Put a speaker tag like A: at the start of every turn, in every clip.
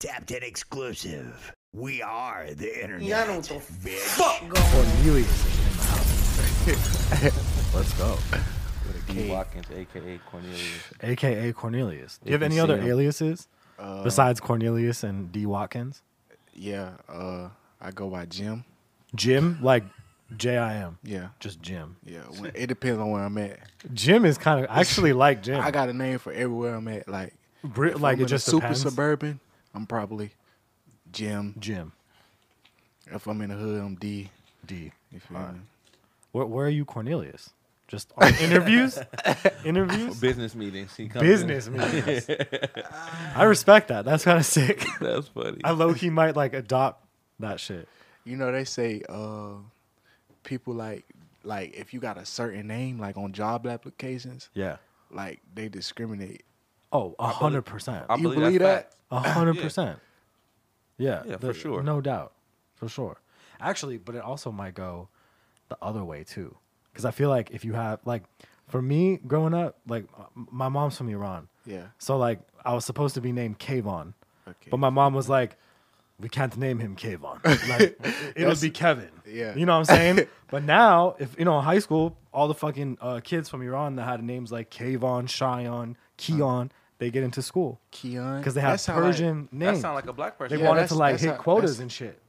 A: Tapped in exclusive. We are the internet.
B: Y'all know what the
A: bitch.
B: fuck going on.
C: Let's go.
D: D Watkins, aka Cornelius.
C: AKA Cornelius. Do you have
D: If you
C: any
D: see
C: other
D: him.
C: aliases
E: Uh,
C: besides Cornelius and D. Watkins?
E: Yeah, uh, I go by Jim.
C: Jim, like J I M.
E: Yeah,
C: Just Jim.
E: yeah. when- it depends on where I'm at.
C: Jim is kind of I actually like Jim.
E: I got a name for everywhere I'm at. Like,
C: Bri-
E: if
C: like it
E: I'm in a
C: just
E: super
C: depends.
E: suburban. I'm probably Jim.
C: Jim
E: If I'm in the hood, I'm D.
C: D.
E: You feel me?
C: Where, where are you, Cornelius? Just on interviews, interviews,
D: Business meetings. He comes in.
C: business meetings. I respect that. That's kind of sick.
D: That's funny.
C: I low key might like adopt that shit.
E: You know they say uh, people like like if you got a certain name like on job applications,
C: Yeah.
E: like they discriminate.
C: Oh, a hundred percent.
D: I
E: you
D: that's
E: believe that?
D: fact.
C: A hundred percent. Yeah.
D: Yeah, for
C: the-
D: sure.
C: No doubt. For sure. Actually, but it also might go the other way too. Because I feel like if you have, like, for me growing up, like, m- my mom's from Iran.
E: Yeah.
C: So, like, I was supposed to be named Kayvon.
E: Okay.
C: But my mom was like, we can't name him Kayvon. Like, it'll be Kevin.
E: yeah.
C: You know what I'm saying? but now, if, you know, in high school, all the fucking uh, kids from Iran that had names like Kayvon, Shion, Keon, they get into school
E: Keon.
C: because they have
E: That's how, like-
C: Persian
D: That
C: names.
D: sound like a black person.
C: they
E: Yeah,
C: wanted
E: that's-
C: to like
E: that's
C: hit
E: how-
C: quotas
E: that's-
C: and shit.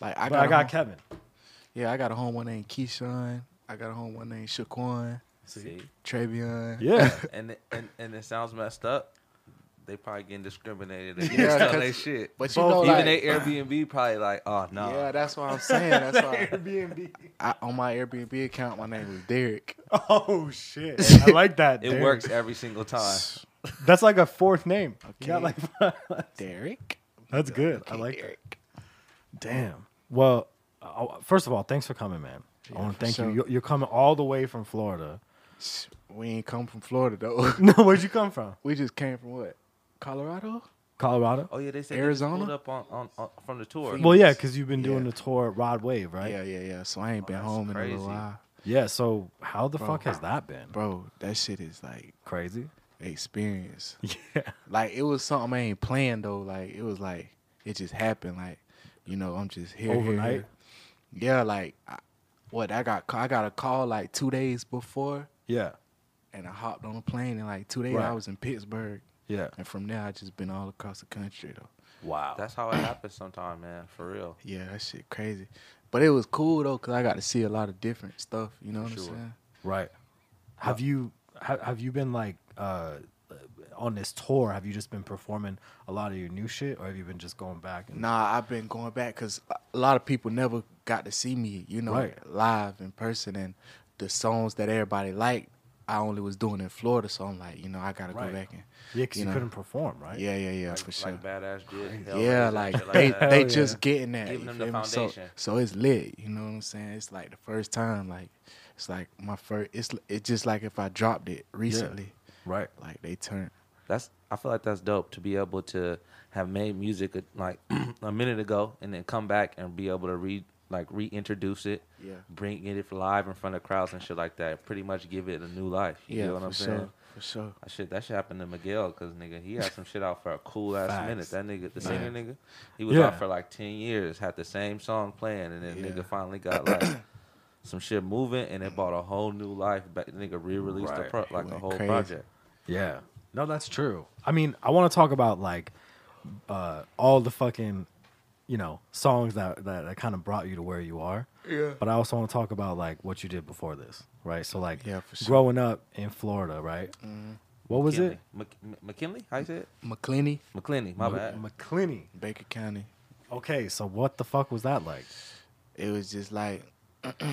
E: Like, I
C: But
E: got,
C: I got
E: a home,
C: Kevin.
E: yeah, I got a homeboy named Keyshawn. I got a homeboy named Shaquan,
D: See?
E: Travion.
C: Yeah,
D: And, and, and it sounds messed up. They probably getting discriminated
E: Yeah,
D: against on
E: 'cause-
D: their shit.
E: But you
C: Both.
E: know,
D: Even
E: like,
D: they Airbnb probably like, oh no.
E: yeah, that's what I'm saying. That's why
C: Airbnb.
E: I, on my Airbnb account, my name is Derek.
C: Oh shit! I like that.
D: it
C: Derek.
D: works every single time.
C: That's like a fourth name. You got
E: Okay.
C: like
E: Derek.
C: that's good. I like that. Damn. Well, uh, first of all, thanks for coming, man. I want to thank
E: sure.
C: you. You're, you're coming all the way from Florida.
E: We ain't come from Florida though.
C: No, where'd you come from?
E: we just came from what? Colorado?
C: Colorado.
D: Oh yeah, they said
E: Arizona?
D: Arizona up on, on, on from the tour.
C: Well, yeah, because you've been doing
E: Yeah.
C: the tour at Rod Wave, right? Oh,
E: Yeah, yeah, yeah. So I ain't been
D: that's
E: home in a
D: crazy.
E: little while.
C: Yeah. So how the fuck has that been?
E: Bro, that shit is like
C: Crazy.
E: experience.
C: Yeah.
E: Like it was something I ain't planned though. Like it was like it just happened. Like you know, I'm just here here,
C: Overnight?
E: here. Yeah, like I, what I got. ca- I got a call like two days before,
C: Yeah.
E: and I hopped on a plane. And like two days,
C: Right.
E: I was in Pittsburgh,
C: Yeah.
E: and from there I just been all across the country though.
C: Wow.
D: That's how it happens sometimes, man. For real.
E: Yeah, that shit crazy. But it was cool though, cause I got to see a lot of different stuff. You know what
D: sure.
E: I'm saying?
C: Right. Have you ha- have you been like uh, on this tour? Have you just been performing a lot of your new shit, or have you been just going back? And-
E: Nah, I've been going back because a lot of people never got to see me, you know,
C: Right.
E: live in person. And the songs that everybody liked, I only was doing in Florida. So I'm like, you know, I got to
C: Right.
E: go back and.
C: yeah, because you,
E: you know.
C: couldn't perform, right?
E: Yeah, yeah, yeah,
D: Like,
E: for sure.
D: like badass did.
E: yeah,
D: Hellraiser,
E: like
D: shit
E: they,
D: that.
E: they
C: Hell yeah.
E: just getting that.
D: Giving
E: you
D: them the
E: feel me? So-
D: foundation.
E: So, it's lit. You know what I'm saying? It's like the first time. Like it's like my first. It's it's just like if I dropped it recently.
C: Right.
E: Like they turned.
D: that's I feel like that's dope to be able to have made music uh, like a minute ago and then come back and be able to re like reintroduce it,
E: Yeah.
D: bring it live in front of crowds and shit like that. Pretty much give it a new life. You
E: Yeah,
D: know what
E: for
D: I'm
E: sure,
D: saying?
E: for sure.
D: That shit, that shit happened to Miguel because nigga, he had some shit out for a cool ass
C: Facts.
D: minute. That nigga, the
E: Facts.
D: singer nigga, he was
C: Yeah.
D: out for like ten years, had the same song playing, and then
E: Yeah.
D: nigga finally got like some shit moving, and it bought a whole new life. Back, nigga re-released the
C: Right.
D: pro- like a
E: went
D: whole
E: crazy.
D: project.
C: Yeah. No, that's true. I mean, I want to talk about like uh, all the fucking you know songs that that, that kind of brought you to where you are. Yeah. But I also want to talk about like what you did before this, right? So like
E: Yeah, for sure. Mm-hmm.
C: growing up in Florida, right? What was it?
D: Mc- Mc- McKinley? How you say it?
E: McClenny,
D: McClinney, my bad.
C: McClinney.
E: Baker County.
C: Okay, so what the fuck was that like?
E: it was just like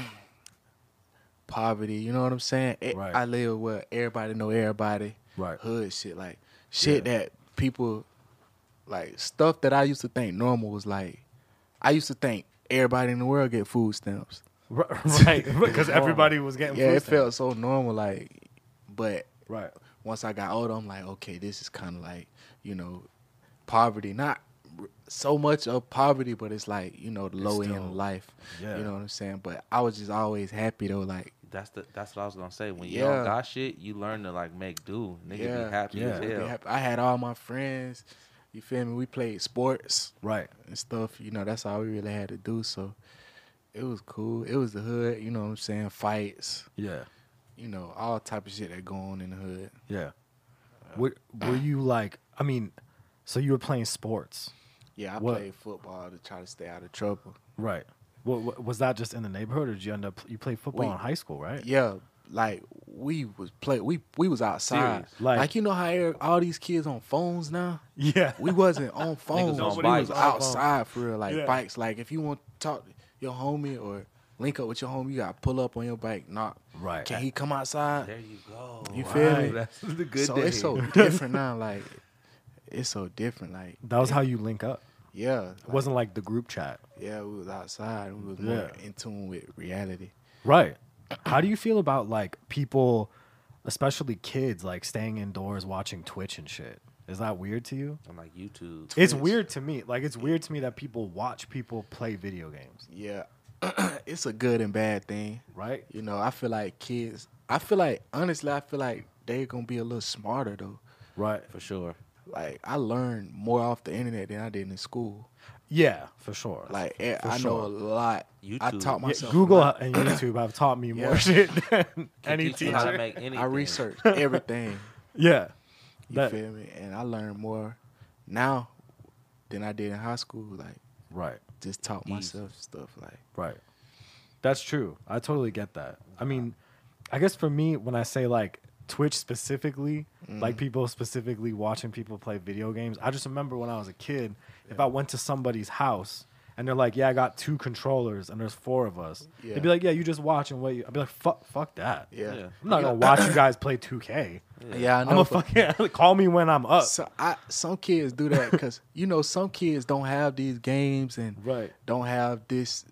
E: poverty. You know what I'm saying? E-
C: Right.
E: I live where everybody know everybody.
C: Right.
E: Hood shit like shit that people like stuff that I used to think normal was like I used to think everybody in the world get food stamps.
C: Right, because everybody was getting
E: yeah,
C: food
E: it
C: stamps.
E: felt so normal like but
C: right.
E: once I got older, I'm like, okay, this is kind of like, you know, poverty. Not r- so much of poverty, but it's like, you know, the low
C: still-
E: end life.
C: yeah.
E: You know what I'm saying? But I was just always happy though, like,
D: That's the that's what I was gonna say. When you don't
E: Yeah.
D: got shit, you learn to like make do. Nigga
E: Yeah.
D: be happy
C: Yeah.
D: as
C: Be
D: hell.
E: I had all my friends. You feel me? We played sports
C: Right.
E: and stuff. You know, that's all we really had to do. So it was cool. It was the hood. You know what I'm saying? Fights.
C: Yeah.
E: You know, all type of shit that go on in the hood.
C: Yeah. Were, were you like? I mean, so you were playing sports,
E: Yeah, I
C: What-
E: played football to try to stay out of trouble.
C: right? What, what was that just in the neighborhood, or did you end up you played football
E: We-
C: in high school, right?
E: Yeah, like we was play. We we was outside.
D: Serious.
C: Like-
E: Like, you know how er- all these kids on phones now.
C: Yeah.
E: We wasn't on phones.
D: on
E: we
D: bikes.
E: was outside for real, like
C: Yeah.
E: bikes. Like if you want to talk to your homie or link up with your homie, you gotta pull up on your bike. Not
C: Right.
E: Can he come outside?
D: There you go.
E: You feel
C: Right.
E: me?
D: That's the good
E: so
D: day.
E: it's so different now. Like it's so different. Like
C: That was how you link up.
E: yeah,
C: It
E: like,
C: wasn't like the group chat.
E: yeah. We was outside. We was more
C: Yeah.
E: in tune with reality.
C: Right. How do you feel about like people, especially kids, like staying indoors watching Twitch and shit? Is that weird to you?
D: I'm like YouTube.
C: It's
E: Twitch.
C: weird to me. Like it's weird to me that people watch people play video games,
E: Yeah, it's a good and bad thing.
C: right?
E: You know, I feel like kids. I feel like honestly, I feel like they're gonna be a little smarter though.
C: Right.
D: For sure.
E: Like I learned more off the internet than I did in school.
C: Yeah, for sure.
E: Like
C: For
E: eh, I know
C: sure.
E: a lot. I
D: YouTube.
E: taught
D: Yeah,
C: Yeah,
E: myself. a
C: Google
E: lot.
C: and YouTube have taught me more
E: Yeah.
C: shit than any
D: Teach you how to
C: teacher.
D: make anything.
E: I researched everything.
C: Yeah.
E: You
C: That-
E: feel me? And I learned more now than I did in high school. Like
C: Right.
E: just taught
D: Easy.
E: myself stuff. Like
C: Right. That's true. I totally get that. I mean, I guess for me, when I say like Twitch specifically,
E: Mm.
C: like people specifically watching people play video games, I just remember when I was a kid, if I went to somebody's house and they're like, "Yeah, I got two controllers and there's four of us,"
E: Yeah.
C: they'd be like, "Yeah, you just watch and wait." I'd be like, "Fuck, fuck that.
E: yeah,
D: Yeah.
C: I'm not gonna watch you guys play 2K.
E: yeah. I know.
C: I'm a
E: but-
C: fucking call me when I'm up."
E: So I some kids do that because you know some kids don't have these games and
C: Right.
E: don't have this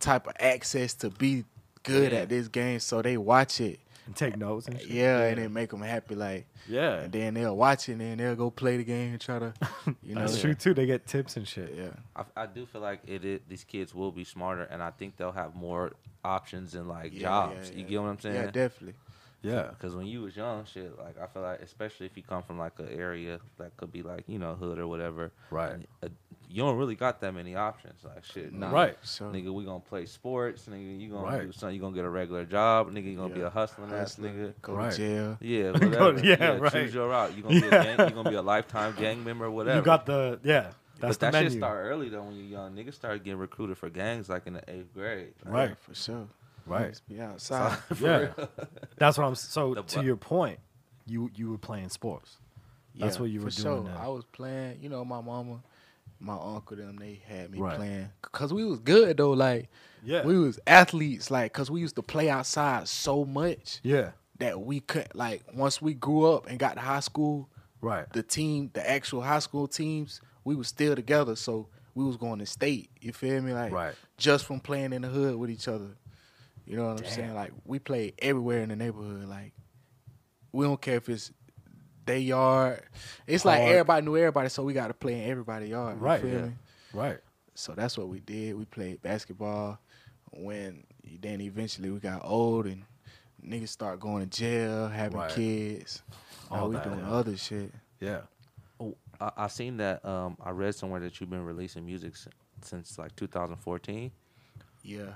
E: type of access to be good
D: Yeah.
E: at this game, so they watch it.
C: and take notes and shit.
E: Yeah, and it make them happy. Like
C: Yeah.
E: and then they'll watch it and then they'll go play the game and try to, you know,
C: That's
E: yeah.
C: true too. They get tips and shit.
E: Yeah,
D: I, I do feel like it, is- these kids will be smarter, and I think they'll have more options and like
E: Yeah,
D: jobs.
E: yeah,
D: You
E: yeah.
D: get what I'm saying?
E: yeah, definitely.
C: Yeah.
D: Because when you was young, shit, like I feel like, especially if you come from like an area that could be like you know hood or whatever,
C: Right.
D: and, uh, you don't really got that many options, like shit.
E: Nah,
D: nigga,
C: Right.
E: So
D: Nigga, we gonna play sports. Nigga, you gonna
C: Right.
D: do something. You gonna get a regular job. Nigga, you gonna be
E: Yeah.
D: a hustling ass
E: Hustling.
D: nigga.
E: go
C: Right.
E: to jail.
D: Yeah,
C: Go-
D: whatever.
C: yeah, right.
D: Choose your route. You gonna be a
C: Yeah.
D: gang, you gonna be a lifetime gang member, whatever.
C: You got the yeah. That's the
D: but that
C: menu.
D: shit start early though when you're young. Niggas start getting recruited for gangs like in the eighth grade. Like,
C: Right.
E: Yeah, for sure.
C: Right.
E: Just be outside.
C: Yeah. That's what I'm. So
D: The
C: to
D: what?
C: your point, you you were playing sports. That's what you were
E: for
C: doing
E: Sure.
C: then.
E: I was playing. You know, my mama, my uncle, them they had me
C: Right.
E: playing because we was good though. Like,
C: Yeah.
E: we was athletes. Like, cause we used to play outside so much
C: Yeah.
E: that we could like once we grew up and got to high school,
C: Right.
E: the team, the actual high school teams, we was still together. So we was going to state. You feel me? Like,
C: Right.
E: just from playing in the hood with each other. You know what
C: Damn.
E: I'm saying? Like we played everywhere in the neighborhood. Like we don't care if it's they yard. It's like
C: Park.
E: everybody knew everybody, so we got to play in everybody's yard.
C: Right,
E: You feel
C: yeah.
E: me?
C: Right.
E: So that's what we did. We played basketball. When then eventually we got old and niggas start going to jail, having
C: Right.
E: kids. Now
C: All
E: we
C: that,
E: doing
C: yeah.
E: other shit.
C: Yeah.
D: Oh, I, I seen that. Um, I read somewhere that you've been releasing music since, since like 2014.
E: Yeah.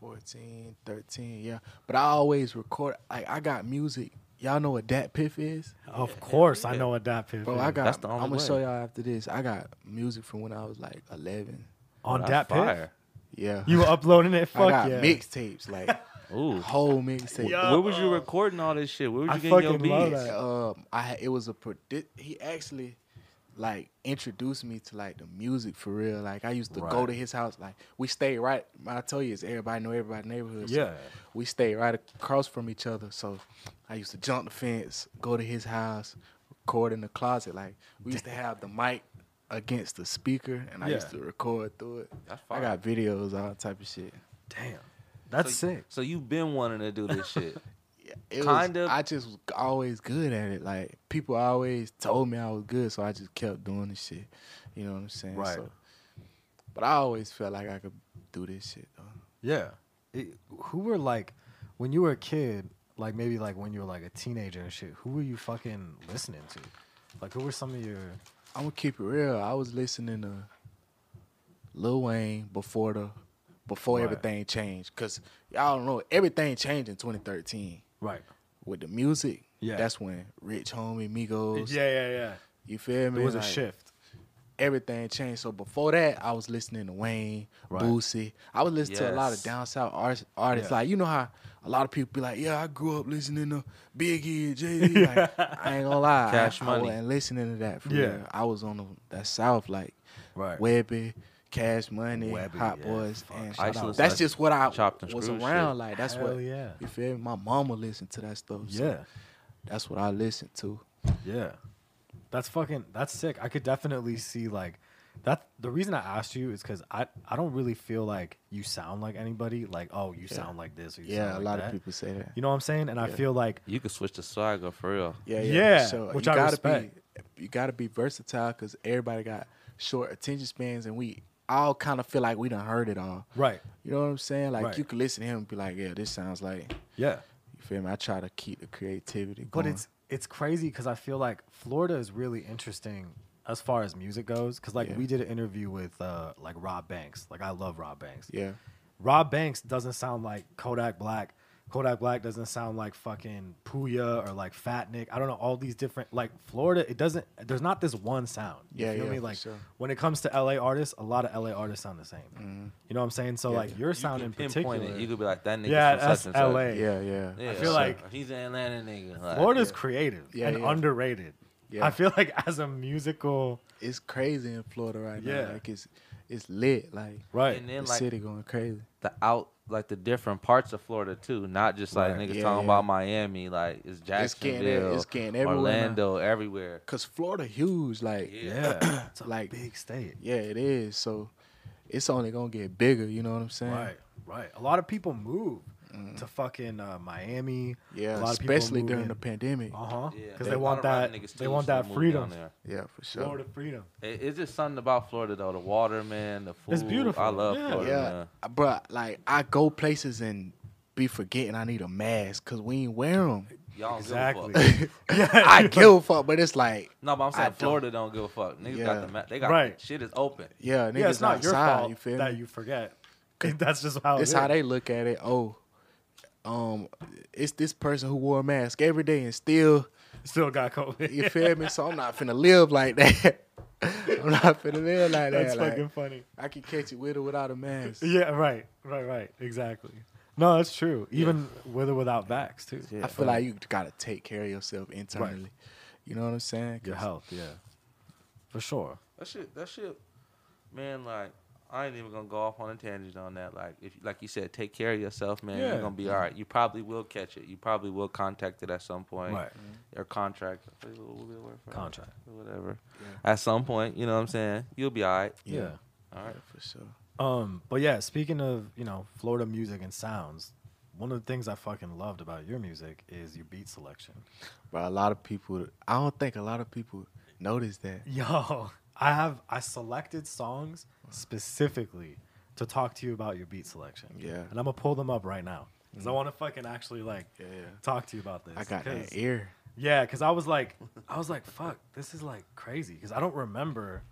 E: 2014, 13, yeah. But I always record. Like I got music. Y'all know what Dat Piff is?
C: Of course, I
D: Yeah.
C: know what that piff.
E: Bro,
C: is.
E: I got.
D: That's the only
E: I'm gonna show
D: way.
E: y'all after this. I got music from when I was like 11.
C: on
D: But I
C: that piff.
D: fire.
E: Yeah.
C: You were uploading it.
E: I
C: Fuck
E: got
C: yeah.
E: mixtapes, like
D: Ooh.
E: whole mixtape.
C: Yo.
D: Where was you recording all this shit? Where was
C: I
D: you getting your
C: fucking love
D: beats?
C: that.
E: Um, I had- it was a predi- he actually like introduced me to like the music for real. Like I used to go
C: Right.
E: to his house. Like we stayed right. I tell you, it's everybody know everybody neighborhood. so
C: Yeah.
E: we stayed right across from each other. So I used to jump the fence, go to his house, record in the closet. Like we used to have the mic against the speaker, and I
C: Yeah.
E: used to record through it.
D: That's
E: I
D: fire.
E: got videos, all type of shit.
C: Damn. That's
D: so,
C: sick.
D: So you've been wanting to do this shit.
E: It
D: Kind
E: was,
D: of.
E: I just was always good at it. Like people always told me I was good, so I just kept doing this shit. You know what I'm saying?
C: Right.
E: So, but I always felt like I could do this shit though.
C: Yeah. It- who were like when you were a kid? Like maybe like when you were like a teenager and shit. Who were you fucking listening to? Like who were some of your
E: I'm gonna keep it real. I was listening to Lil Wayne before the before
C: Right.
E: everything changed. Cause y'all don't know everything changed in 2013
C: Right.
E: with the music.
C: Yeah.
E: that's when Rich Homie Migos.
C: Yeah, yeah, yeah.
E: you feel me?
C: It was a
E: Like,
C: shift.
E: Everything changed. So before that, I was listening to Wayne,
C: Right.
E: Boosie. I was listening to a lot of
D: Yes.
E: down south artists. artists.
C: Yeah.
E: Like you know how a lot of people be like, "Yeah, I grew up listening to Biggie, and Jay Z." Like, I ain't gonna lie,
D: Cash
E: I,
D: Money.
E: I wasn't listening to that. For
C: Yeah.
E: real. I was on the, that south like
C: Right.
E: Webby, Cash Money,
C: Webby,
E: Hot
C: yeah,
E: Boys,
C: fuck,
E: and
C: shout
D: I used to out. listen
E: that's
D: to
E: just what I
D: Chopped and
E: was
D: Screwed
E: around.
D: shit.
E: Like that's
C: Hell
E: what
C: yeah.
E: you feel me? My mama listened to that stuff. so
C: Yeah.
E: that's what I listened to.
C: Yeah. That's fucking that's sick. I could definitely see like that the reason I asked you is cuz I I don't really feel like you sound like anybody like oh you sound like this or you
E: Yeah,
C: sound
E: a
C: like
E: lot
C: that.
E: of people say that.
C: You know what I'm saying? And I feel like
D: You could switch to swagger for real.
E: Yeah,
C: Yeah,
E: yeah. So
C: which
E: you
C: I
E: gotta
C: respect.
E: be you gotta be versatile because everybody got short attention spans, and we all kind of feel like we done heard it all.
C: right.
E: You know what I'm saying? Like
C: Right.
E: you could listen to him and be like, "Yeah, this sounds like."
C: Yeah.
E: You feel me? I try to keep the creativity
C: But
E: going.
C: it's it's crazy because I feel like Florida is really interesting as far as music goes. Because like
E: Yeah.
C: we did an interview with uh like Rob Banks. Like I love Rob Banks.
E: yeah,
C: Rob Banks doesn't sound like Kodak Black. Kodak Black doesn't sound like fucking Puya or like Fat Nick. I don't know all these different like Florida. It doesn't. There's not this one sound. You
E: Yeah,
C: feel
E: yeah,
C: me?
E: for
C: Like
E: sure.
C: when it comes to LA artists, a lot of LA artists sound the same.
E: Mm-hmm.
C: You know what I'm saying? So like your sound
D: you
C: in
D: can pinpoint
C: particular.
D: It. You could be like that nigga.
C: yeah,
D: from
C: that's
D: such and such.
C: LA.
E: yeah, yeah.
D: Yeah,
C: I feel
D: so
C: like-
D: he's an Atlanta nigga. Like,
C: Florida's creative
E: Yeah,
C: and
E: yeah.
C: underrated.
E: Yeah.
C: I feel like as a musical,
E: It's crazy in Florida right
C: Yeah.
E: now. Like it's it's lit. Like
C: right?
D: And then
E: the
D: like
E: city going crazy.
D: the out, like the different parts of Florida too, not just like
C: Right.
D: niggas
E: Yeah,
D: talking
E: yeah.
D: about Miami. Like it's Jacksonville,
E: getting- it's getting everywhere now.
D: Orlando, everywhere.
E: Cause Florida huge. Like
C: yeah, it's a
E: Like-
C: big state.
E: yeah, it is. So it's only gonna get bigger. You know what I'm saying?
C: Right, right. A lot of people move to fucking uh, Miami.
E: Mm. Yeah,
C: a lot
E: especially during the pandemic.
C: Uh huh.
D: Yeah,
C: Because
D: a
C: they
D: lot
C: want
D: of rap
C: that.
D: niggas
C: They
D: too
C: want
D: used to
C: that
D: move down
C: freedom.
D: there.
E: Yeah, for sure.
C: Florida freedom.
D: It, it's just something about Florida though. The water, man. The food.
C: It's beautiful.
D: I love
C: Yeah.
D: Florida.
E: Yeah,
D: Man.
E: bro. Like I go places and be forgetting I need a mask because we ain't wear them.
D: Y'all don't
C: Exactly.
D: give a fuck.
E: I give a fuck, but it's like,
D: No, but I'm
E: I
D: saying
E: don't.
D: Florida don't give a fuck. Niggas
E: Yeah.
D: got the ma- they got
C: Right.
D: shit is open.
E: yeah, niggas
C: yeah, it's not your
E: outside,
C: fault
E: You feel
C: that
E: me?
C: you forget. That's just how.
E: It's
C: it
E: how
C: is.
E: they look at it. Oh, um, it's this person who wore a mask every day and still,
C: still got COVID.
E: you feel me? So I'm not finna live like that. I'm not finna live like that.
C: That's
E: like,
C: fucking funny.
E: I can catch it with or without a mask.
C: Yeah, right, right, right. Exactly. No, that's true. Even with or without vax too.
E: I feel like you gotta take care of yourself internally. You know what I'm saying? 'Cause
C: your health. Yeah, for sure.
D: That shit, that shit, man. Like, I ain't even gonna go off on a tangent on that. Like, if, like you said, take care of yourself, man.
C: Yeah.
D: You're gonna be all right. You probably will catch it. You probably will contact it at some point.
C: Right.
D: Your contract, what- what we work for?
C: Contract.
D: whatever. At some point, you know what I'm saying. You'll be all right.
E: Yeah.
C: yeah.
D: All right.
E: Yeah, for sure.
C: Um, but yeah, speaking of you know Florida music and sounds, one of the things I fucking loved about your music is your beat selection.
E: But a lot of people, I don't think a lot of people notice that.
C: Yo, I have I selected songs specifically to talk to you about your beat selection.
E: Yeah. Mm.
C: and I'm gonna pull them up right now because I want to fucking actually like
E: Yeah, yeah.
C: talk to you about this.
E: I got
C: 'cause-
E: that ear.
C: Yeah, because I was like, I was like, fuck, this is like crazy because I don't remember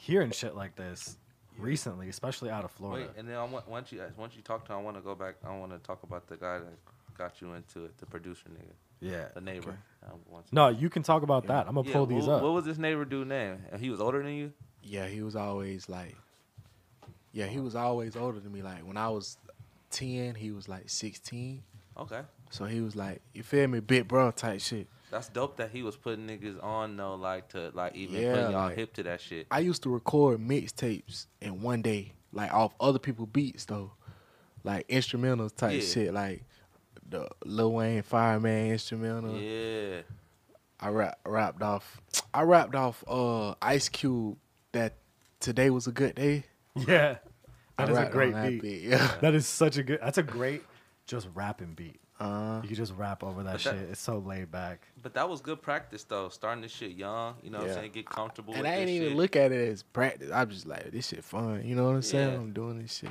C: hearing shit like this recently, especially out of Florida.
D: Wait, and then I want, once you once you talk to, him, I want to go back. I want to talk about the guy that got you into it, the producer nigga,
C: yeah.
D: the neighbor. I want to-
C: No, you can talk about that. I'm gonna
D: Yeah,
C: pull these
D: what,
C: up.
D: What was this neighbor dude name? And He was older than you.
E: Yeah, he was always like, yeah, he was always older than me. Like when I was 10, he was like 16.
D: Okay.
E: So he was like, you feel me, big bro type shit.
D: That's dope that he was putting niggas on though, like to like even
E: Yeah,
D: putting y'all
E: like-
D: hip to that shit.
E: I used to record mixtapes in one day, like off other people beats though, like instrumentals type
D: Yeah.
E: shit, like the Lil Wayne Fireman instrumental.
D: Yeah.
E: I rap, rapped off. I rapped off uh Ice Cube that today was a good day.
C: Yeah.
E: I
C: That is a
E: rapped on
C: great
E: that
C: beat.
E: Yeah.
C: That is such a good that's a great just rapping beat.
E: Uh,
C: You can just rap over that,
D: that-
C: shit. It's so laid back.
D: But that was good practice though, starting this shit young, you know what
E: Yeah.
D: I'm saying? Get comfortable
E: and
D: with
E: I
D: this
E: ain't even
D: shit.
E: look at it as practice. I'm just like, this shit fun. You know what I'm saying?
D: Yeah.
E: I'm doing this shit.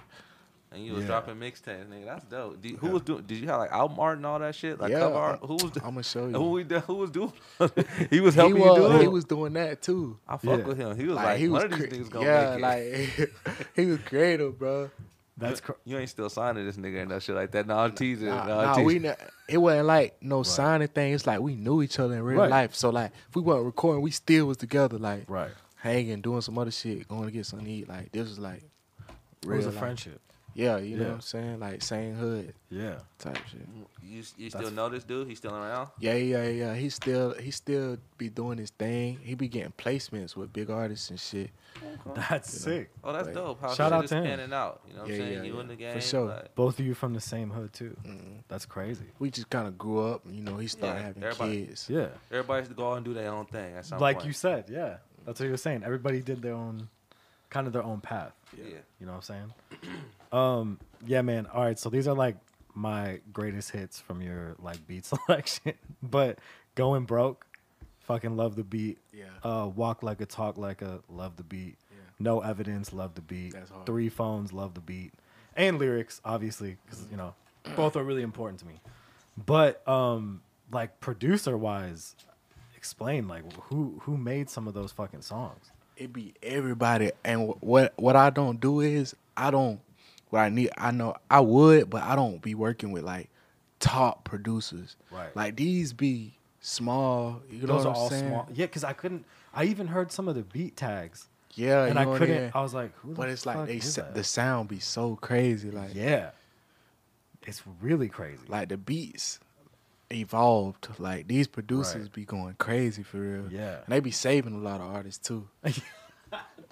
D: and you was
C: Yeah.
D: dropping mixtapes, nigga. That's dope. Did, who
C: Yeah.
D: was doing? Did you have like album art and all that shit? Like
E: Yeah,
D: cover
E: I'm-
D: art? Who was?
E: I'ma show
D: and
E: you.
D: Who, we, do- who was doing? he was helping
E: he
D: you do
E: was,
D: it.
E: he was doing that too.
D: I fuck
C: Yeah.
D: with him. He was like,
E: Like, he was,
D: one of these
E: cre-
D: niggas gonna
E: yeah,
D: make it.
E: like he was creative, bro.
C: That's cr-
D: you ain't still signing this nigga and that shit like that. No, I'm teasing.
E: Nah,
D: no, I'm
E: nah,
D: teasing.
E: we not, it wasn't like no signing thing. It's like we knew each other in real
C: Right.
E: life. So like if we weren't recording, we still was together, like
C: Right.
E: hanging, doing some other shit, going to get something to eat. Like this was like
C: it was a
E: life.
C: friendship.
E: Yeah, you know
C: Yeah.
E: what I'm saying? Like same hood
C: Yeah.
E: type shit.
D: You, you still know this dude? He's still around?
E: Yeah, yeah, yeah. He still he still be doing his thing. He be getting placements with big artists and shit.
C: That's sick.
D: Oh, that's
E: Like,
D: dope. How
C: shout
D: shit
C: out
D: is
C: to him.
D: panning out. You know what
E: Yeah,
D: I'm saying?
E: yeah,
D: you
E: yeah.
D: in the
E: For
D: game.
E: sure.
D: like,
C: Both of you from the same hood too.
E: Mm-hmm.
C: That's crazy.
E: We just kind of grew up, you know. He started
D: Yeah,
E: having
D: everybody-
E: kids.
C: Yeah.
D: everybody's to go out and do their own thing at some
C: Like you
D: point.
C: said, yeah. That's what you were saying. Everybody did their own kind of their own path.
D: you Yeah.
C: You know what I'm saying? um, yeah, man. All right, so these are like my greatest hits from your like beat selection. but going broke, fucking love the beat.
E: Yeah.
C: Uh, walk like a talk like a love the beat.
E: Yeah.
C: No evidence, love the beat.
E: That's hard.
C: Three phones, love the beat, and lyrics obviously because you know
E: Mm.
C: both are really important to me. But um, like producer wise, explain like who who made some of those fucking songs.
E: it be everybody. And wh- what what I don't do is I don't what I need. I know I would, but I don't be working with like top producers.
C: Right.
E: Like these be small. You know
C: Those
E: what
C: are
E: I'm
C: all
E: saying?
C: small. Yeah, because I couldn't. I even heard some of the beat tags,
E: Yeah,
C: and
E: Uh, you
C: I
E: know what
C: couldn't.
E: mean?
C: I was like, who?
E: But
C: the
E: it's like
C: fuck
E: they
C: is
E: sa-
C: that?
E: the sound be so crazy. Like
C: yeah, it's really crazy.
E: like the beats evolved. Like these producers
C: Right.
E: be going crazy for real.
C: Yeah.
E: And they be saving a lot of artists too.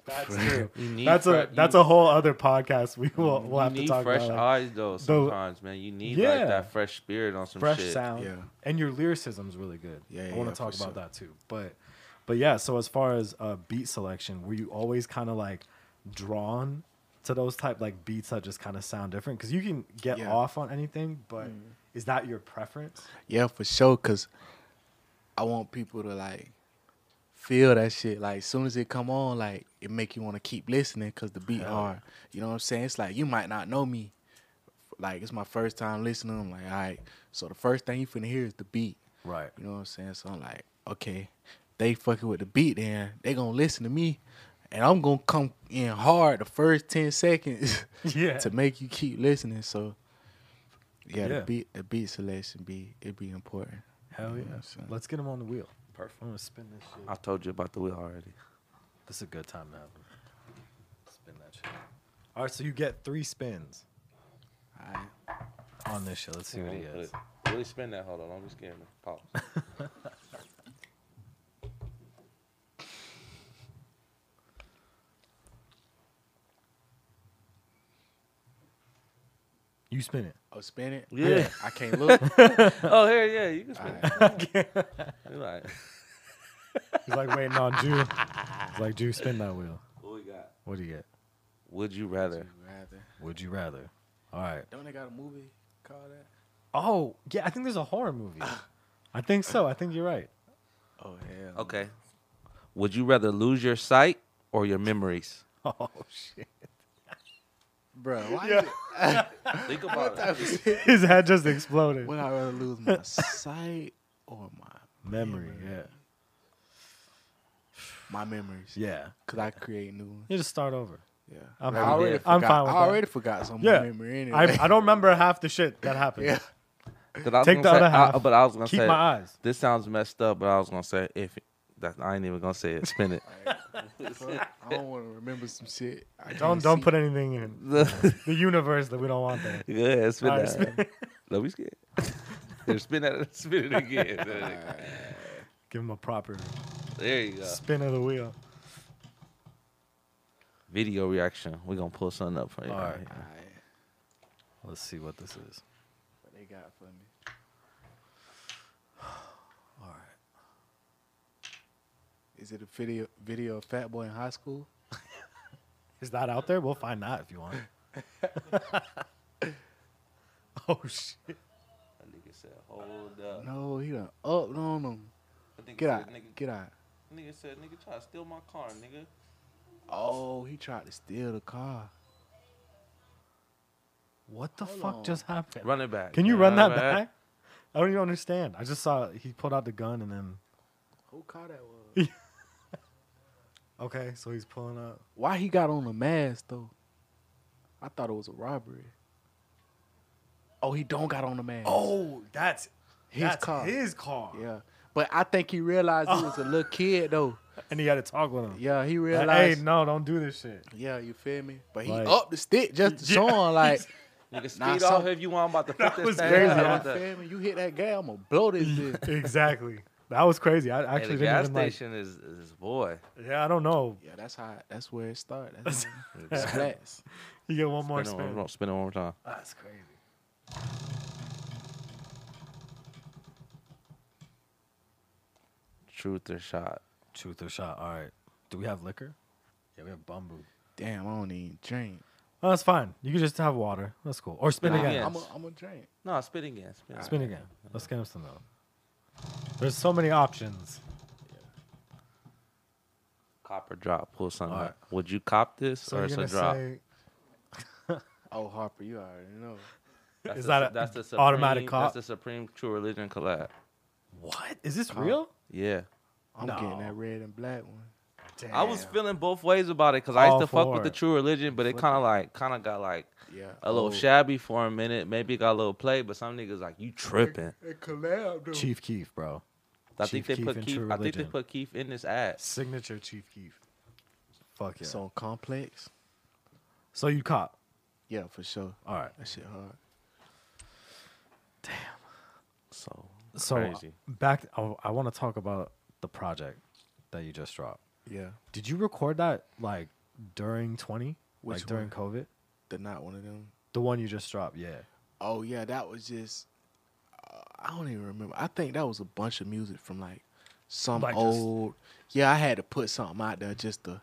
C: that's true.
D: You need
C: That's
D: fre-
C: a that's
D: you-
C: a whole other podcast. We will
D: You
C: we'll have to
D: need
C: talk
D: fresh
C: about like,
D: eyes though. Sometimes, man, you need
C: Yeah.
D: like that fresh spirit on some
C: fresh
D: shit.
C: sound.
E: Yeah.
C: and your lyricism is really good.
E: Yeah,
C: I want
E: yeah,
C: to talk
E: for
C: about
E: sure.
C: that too. But but yeah, so as far as uh, beat selection, were you always kind of like drawn to those type like beats that just kind of sound different? Because you can get
E: Yeah. Mm.
C: off on anything, but is that your preference?
E: Yeah, for sure. Cause I want people to like feel that shit. Like as soon as it come on, like it make you want to keep listening. Cause the beat hard. You know what I'm saying? It's like you might not know me. Like it's my first time listening. I'm like, all right. So the first thing you finna hear is the beat.
C: Right.
E: You know what I'm saying? So I'm like, okay, they fucking with the beat. Then they gonna listen to me, and I'm gonna come in hard the first ten seconds.
C: Yeah.
E: to make you keep listening. So yeah,
C: Yeah.
E: the beat the beat selection be it be important.
C: Hell yeah.
E: so-
C: Let's get him on the wheel.
D: Perfect.
C: I'm gonna spin this shit.
D: I told you about the wheel already.
C: This is a good time to have him. Spin that shit. All right, so you get three spins
E: Alright.
C: on this shit. Let's see what he
D: Put
C: is.
D: it- Really spin that. Hold on. Don't be scared. Man. Pause.
C: You spin it.
E: Oh, spin it.
D: Yeah.
E: I can't look.
D: oh, here, yeah, you can spin.
E: Alright.
D: You like,
C: He's like waiting on Jew. He's like, Jew, spin that wheel.
D: what we got?
C: What do you get?
D: Would you rather?
E: Rather.
C: Would you rather? All right.
E: Don't they got a movie called that?
C: Oh, yeah, I think there's a horror movie. I think so. I think you're right.
E: Oh hell.
D: Okay. Would you rather lose your sight or your memories?
C: Oh, shit.
E: Bro, why
C: Yeah.
E: you,
D: Think about it.
C: His head just exploded.
E: would I rather lose my sight or my
C: Memory, yeah.
E: my memories?
C: Yeah.
E: Cause I create new ones.
C: You just start over.
E: Yeah.
C: I'm
E: I
C: fine
E: already
C: with that.
E: forgot.
C: I'm fine with
E: I
C: that.
E: already forgot some of
C: Yeah.
E: my memory anyway.
C: I, I don't remember half the shit that happened.
E: yeah.
D: 'Cause I was
C: Take
D: gonna
C: the
D: say-
C: other
D: I-
C: half.
D: but I was gonna
C: Keep
D: say
C: my eyes.
D: this sounds messed up. But I was gonna say if that I ain't even gonna say it. Spin it.
E: I don't want to remember some shit. I
C: Don't
E: can't
C: don't
E: see.
C: put anything in the universe that we don't want there.
D: yeah, spin
C: All right,
D: that.
C: spin-
D: Don't be scared. Here, spin that. Spin it again.
C: Give him a proper
D: there you go.
C: spin of the wheel.
D: Video reaction. We're gonna pull something up for you.
C: All right.
E: Alright,
C: Let's see what this is.
E: What they got for me?
C: All right.
E: Is it a video video of Fat Boy in high school?
C: Is that out there? We'll find out if you want. oh shit.
D: That nigga said, "Hold up."
E: No, he done up on him.
D: That nigga
E: Get
D: said,
E: out,
D: Nigga,
E: get out.
D: nigga said, "Nigga, try to steal my car, nigga."
E: Oh, he tried to steal the car.
C: what the fuck just happened?
D: Run it back.
C: Can you run that back? I don't even understand. I just saw he pulled out the gun and then
E: Who car that was?
C: okay, so he's pulling up.
E: Why he got on a mask though? I thought it was a robbery. Oh, he don't got on the mask.
C: Oh, that's
E: His
C: that's
E: car.
C: His car.
E: yeah. But I think he realized he was a little kid though.
C: And he had to talk with him.
E: Yeah, he
C: Like,
E: realized.
C: hey, no, don't do this shit.
E: Yeah, you feel me? But he
C: Like-
E: up the stick just to show him like
D: You can speed
E: Nah,
D: off
E: some-
D: if you want. I'm about to fuck this
C: was
D: thing
C: crazy.
D: up.
E: Crazy,
D: I'm
E: you
D: about to-
E: feel me? You hit that guy, I'm gonna blow this bitch.
C: exactly. That was crazy. I
D: Hey,
C: actually
D: the
C: didn't
D: gas
C: even like.
D: station is, is boy.
C: Yeah, I don't know.
E: Yeah, that's how. That's where it started. That's splats.
C: You get one more
D: Spin it
C: spin.
D: one- Spin it one more time.
C: That's crazy.
D: Truth or shot.
C: Truth or shot. All right. Do we have liquor? Yeah, we have bamboo.
E: Damn, I don't even drink.
C: Oh, that's fine. You can just have water. That's cool. Or spin
D: Nah,
C: again.
D: yeah.
E: I'm a, I'm a drink.
D: No, spit again. Spit again.
C: Spin again. Let's get him some though. There's so many options.
D: Copper drop. Pull something.
C: Alright.
D: out. Would you cop this
C: So
D: or
C: you're
D: it's a
C: gonna
D: drop?
C: say
E: Oh Harper, you already know.
D: That's
C: Is
D: the,
C: that
D: su-
C: a
D: that's the supreme,
C: automatic cop?
D: That's the supreme true religion collab.
C: what? Is this real?
D: Yeah,
E: I'm getting
C: No.
E: that red and black one.
C: Damn.
D: I was feeling both ways about it because I used
C: All
D: to fuck
C: for
D: with the
C: it.
D: true religion, but it kind of like kind of got like
E: Yeah, Oh.
D: a little
C: Oh.
D: shabby for a minute. Maybe it got a little play, but some niggas like you tripping.
E: It collab though.
C: Chief Keef, bro.
D: I think
C: Chief
D: they
C: Keef
D: put
C: and
D: Keith.
C: True
D: I think they
C: Religion.
D: put Keith in this ad.
C: Signature Chief Keef. Fuck yeah.
E: It's
C: So,
E: on complex.
C: so you cop.
E: Yeah, for sure.
C: All right.
E: That shit hard.
D: So
C: So
D: Crazy.
C: back, I, I want to talk about the project that you just dropped.
E: Yeah,
C: Did you record that like during twenty,
E: Which
C: like during COVID?
E: they're not one of them.
C: The one you just dropped, yeah.
E: Oh yeah, that was just. Uh, I don't even remember. I think that was a bunch of music from like some
C: Like just-
E: old. Yeah, I had to put something out there just to,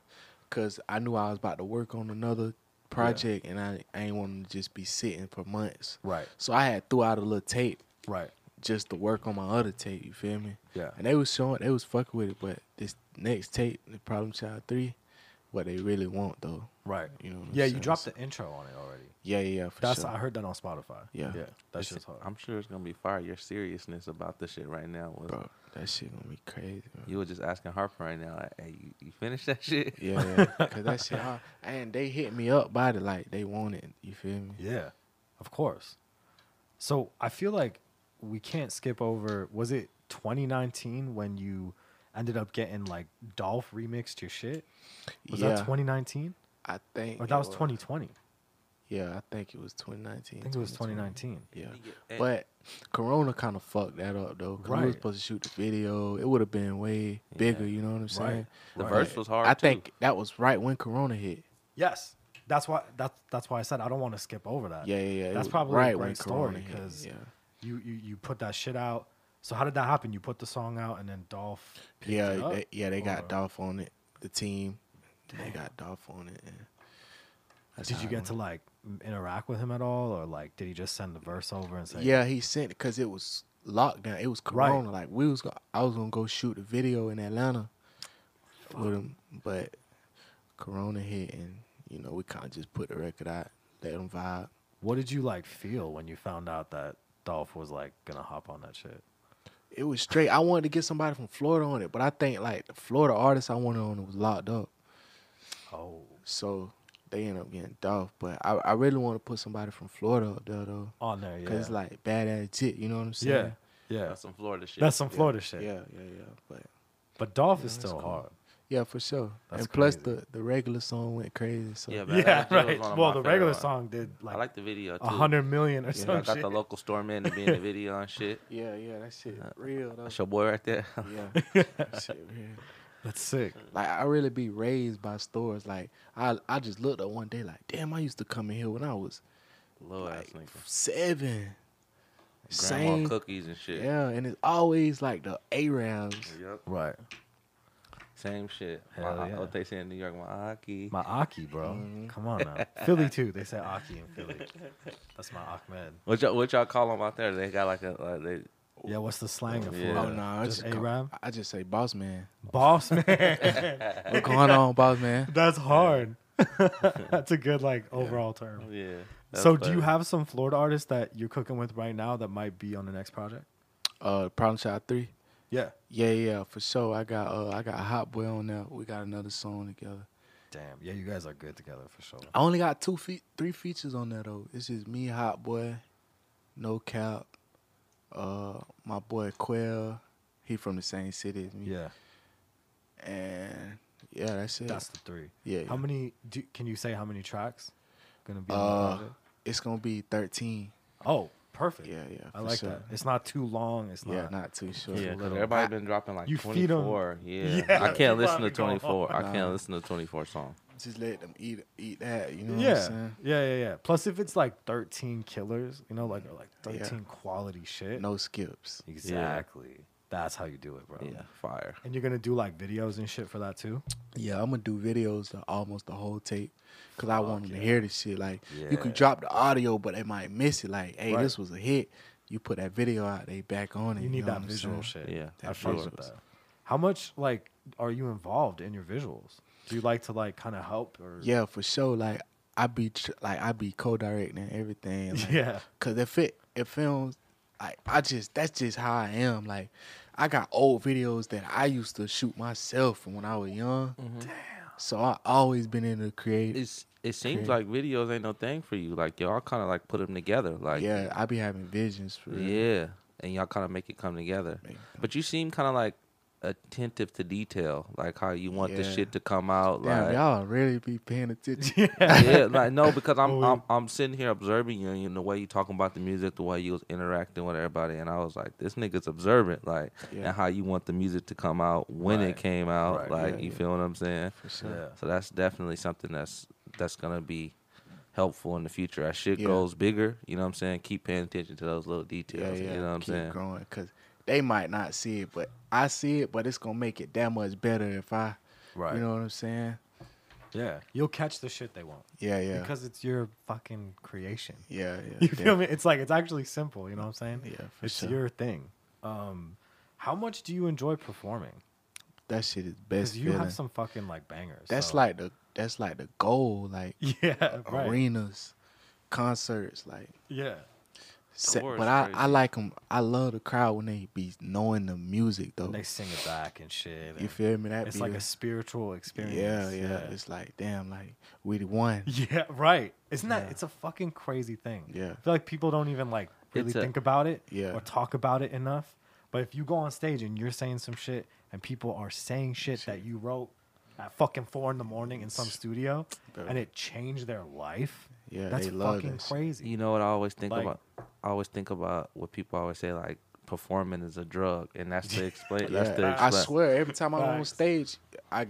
E: cause I knew I was about to work on another project, and I, I ain't want to just be sitting for months.
C: Right.
E: So I had threw out a little tape
C: Right.
E: just to work on my other tape. You feel me?
C: Yeah.
E: And they was showing, they was fucking with it, but this next tape, the Problem Child Three, what they really want though.
C: Right.
E: You know what I'm
C: yeah, you
E: saying?
C: dropped the intro on it already.
E: Yeah, yeah, yeah for
C: That's
E: sure.
C: I heard that on Spotify.
E: Yeah.
C: Yeah. That
D: it's-
C: shit's hard.
D: I'm sure it's gonna be fire. Your seriousness about this shit right now was.
E: Bro, that shit gonna be crazy. Bro.
D: You were just asking Harper right now. Like, hey, you, you finished that shit?
E: Yeah, yeah. Cause that shit, hard. and they hit me up by the like they want it. You feel me?
C: Yeah, of course. So I feel like we can't skip over. Was it 2019 when you ended up getting like Dolph remixed your shit? Was
E: yeah,
C: that 2019
E: I think
C: or
E: it
C: that was 2020?
E: Yeah, I think it was 2019.
C: I think it was 2019.
E: Yeah,
D: Eh.
E: but Corona kind of fucked that up though. 'cause We
C: Right.
E: was supposed to shoot the video. It would have been way bigger. You know what I'm saying?
D: The
C: Right.
D: verse was hard.
E: I
D: too.
E: think that was right when Corona hit.
C: Yes, that's why. That's that's why I said I don't want to skip over that.
E: Yeah, yeah, yeah. It
C: That's
E: was
C: probably
E: right
C: a
E: when
C: great story
E: Corona hit,
C: because
E: yeah.
C: you, you you put that shit out. So how did that happen? You put the song out and then Dolph. picked
E: Yeah,
C: it up?
E: they, yeah, they got
C: Or-
E: Dolph on it. The team, they got Dolph on it. and that's
C: Did
E: how
C: you
E: it
C: get
E: went.
C: to like m- interact with him at all, or like did he just send the verse over and say,
E: Yeah, he sent it because it was lockdown. It was
C: Right.
E: Corona. Like we was, go- I was gonna go shoot a video in Atlanta with him, but Corona hit, and you know we kind of just put the record out, let them vibe.
C: What did you like feel when you found out that Dolph was like gonna hop on that shit?
E: It was straight. I wanted to get somebody from Florida on it, but I think like the Florida artist I wanted on it was locked up,
C: Oh,
E: so they end up getting Dolph. But I, I really want to put somebody from Florida up there though,
C: on there,
E: cause
C: yeah,
E: it's like badass shit. You know what I'm
C: yeah,
E: saying?
C: yeah.
D: that's some Florida shit.
C: That's some Florida
E: yeah,
C: shit.
E: yeah, yeah, But
C: But Dolph is
E: that's
C: still
E: cool.
C: hard.
E: yeah, for sure.
C: That's
E: and plus
C: crazy.
E: the the regular song went crazy. So
D: Yeah, Bad
C: Yeah,
D: Ass Jill was
C: right.
D: one of
C: Well,
D: my
C: the
D: favorite
C: regular
D: ones.
C: song did like,
D: I like the video too.
C: a hundred million or
D: Yeah, I
C: some
D: got
C: shit.
D: the local store man to be in the video and shit.
E: Yeah, yeah, that shit real though.
D: That's your boy right there.
E: Yeah, that shit real.
C: That's sick.
E: Like I really be raised by stores. Like I, I just looked up one day like, damn, I used to come in here when I was
D: Little ass
E: like
D: nigga.
E: seven.
D: Grandma
E: Same,
D: cookies and shit.
E: yeah, and it's always like the Arabs.
D: Yep.
C: Right,
D: Same shit.
C: Hell
D: My-
C: yeah.
D: What they say in New York, my Aki.
C: my Aki, bro.
D: Mm-hmm.
C: Come on now, Philly too. They say Aki in Philly. That's my Ahmed.
D: What y'all, what y'all call them out there? They got like a like they
C: Yeah, what's the slang of
D: Yeah.
C: Florida?
E: Oh no, I
C: just
E: just,
C: a
E: call-
C: rap.
E: I just say boss man.
C: Boss man,
E: What's going on, boss man?
C: that's hard. That's a good like overall term.
D: Yeah.
C: so, do you have some Florida artists that you're cooking with right now that might be on the next project?
E: Uh, Problem Child Three.
C: Yeah.
E: Yeah, yeah, for sure. I got uh, I got Hot Boy on there. We got another song together.
C: Damn. Yeah, you guys are good together for sure.
E: I only got two feet, three features on there though. It's just me, Hot Boy, No Cap, uh, my boy Quell. He from the same city as me.
C: Yeah.
E: And yeah, that's it.
C: That's the three.
E: yeah.
C: How
E: yeah.
C: many? Do, can you say how many tracks gonna be? on the
E: Uh,
C: project?
E: it's gonna be thirteen.
C: Oh, perfect.
E: Yeah, yeah.
C: I
E: for
C: like
E: sure.
C: that. It's not too long. It's
E: Yeah,
C: not.
E: not too short.
D: Yeah, 'cause
C: little-
D: everybody been dropping like
C: You feed 'em.
D: 24. Yeah.
C: Yeah,
D: I
C: you
D: can't listen to
C: probably gone
D: 24. I
E: Nah.
D: can't listen to 24 song.
E: Just let them eat eat that. You know what I'm
C: yeah,
E: saying?
C: yeah, yeah, yeah. Plus, if it's like thirteen killers, you know, like or like
E: Yeah.
C: thirteen quality shit.
E: No skips.
C: exactly. That's how you do it, bro.
D: Yeah, Oh, fire.
C: And you're gonna do like videos and shit for that too.
E: Yeah, I'm gonna do videos of almost the whole tape, cause I want them
C: yeah.
E: to hear this shit. Like you
D: Yeah.
E: can drop the audio, but they might miss it. Like, hey,
C: Right.
E: this was a hit. You put that video out, they back on it.
C: You need
E: know
C: that
E: what I'm
C: visual
E: saying?
C: shit.
D: Yeah,
C: I
E: that
C: fuck with
E: visuals.
C: that. How much like are you involved in your visuals? Do you like to like kind of help or
E: Yeah, for sure. Like I be tr- like I be co-directing everything. Like,
C: yeah,
E: Cause if it it films, like I just that's just how I am. Like I got old videos that I used to shoot myself from when I was young. So I always been in the creative.
D: Mm-hmm. It's it seems
E: Yeah.
D: like videos ain't no thing for you. Like y'all kind of like put them together. Like
E: yeah, I be having visions for real.
D: yeah, and y'all kind of make it come together.
E: Make it
D: But you seem kind of like attentive to detail, like how you want the
E: Yeah.
D: shit to come out.
E: Damn,
D: like
E: y'all really be paying attention.
C: yeah,
D: yeah, like no, because I'm,
E: Oh,
C: Well,
D: I'm I'm sitting here observing you and the way you talking about the music, the way you was interacting with everybody, and I was like, this nigga's observant, like,
E: Yeah.
D: and how you want the music to come out when
C: Right.
D: it came out,
C: Right,
D: like,
E: yeah,
D: you
E: yeah.
D: feel what I'm saying?
E: For sure.
C: yeah.
D: So that's definitely something that's that's gonna be helpful in the future. As shit
E: Yeah.
D: grows bigger, you know what I'm saying. Keep paying attention to those little
E: Yeah,
D: details.
E: yeah.
D: You know what I'm
E: Keep
D: saying.
E: growing because they might not see it, but I see it. But it's gonna make it that much better if I,
C: Right.
E: you know what I'm saying?
C: yeah. You'll catch the shit they want
E: Yeah, yeah,
C: because it's your fucking creation.
E: yeah, yeah.
C: You feel
E: def-
C: me? It's like it's actually simple. You know what I'm saying?
E: Yeah, for
C: it's
E: sure.
C: your thing. Um, how much do you enjoy performing?
E: That shit is
C: Because
E: best
C: you
E: feeling.
C: have some fucking like bangers.
E: that's
C: so-
E: like the that's like the goal, like
C: yeah, right.
E: arenas, concerts, like.
C: Yeah,
E: se-
D: Tour is
E: but I, I
D: crazy.
E: like them. I love the crowd when they be knowing the music though.
C: and they sing it back and shit.
E: you
C: and
E: feel me? That
C: it's
E: be
C: like
E: the-
C: a spiritual experience.
E: yeah, yeah, It's like damn, like we the one.
C: Yeah, right. Isn't that?
E: Yeah.
C: It's a fucking crazy thing.
E: Yeah.
C: I feel like people don't even like really
D: It's a-
C: think about it.
E: Yeah.
C: or talk about it enough. But if you go on stage and you're saying some shit, and people are saying shit that you wrote at fucking four in the morning in some studio,
E: Bro.
C: and it changed their life.
E: Yeah,
C: that's
E: they love
C: fucking
E: that shit.
C: crazy.
D: You know what I always think
C: Like-
D: about? I always think about what people always say, like performing is a drug, and that's the explain. That's the
E: Yeah, I I swear, every time I'm on
C: Facts. Mm-hmm.
E: stage, I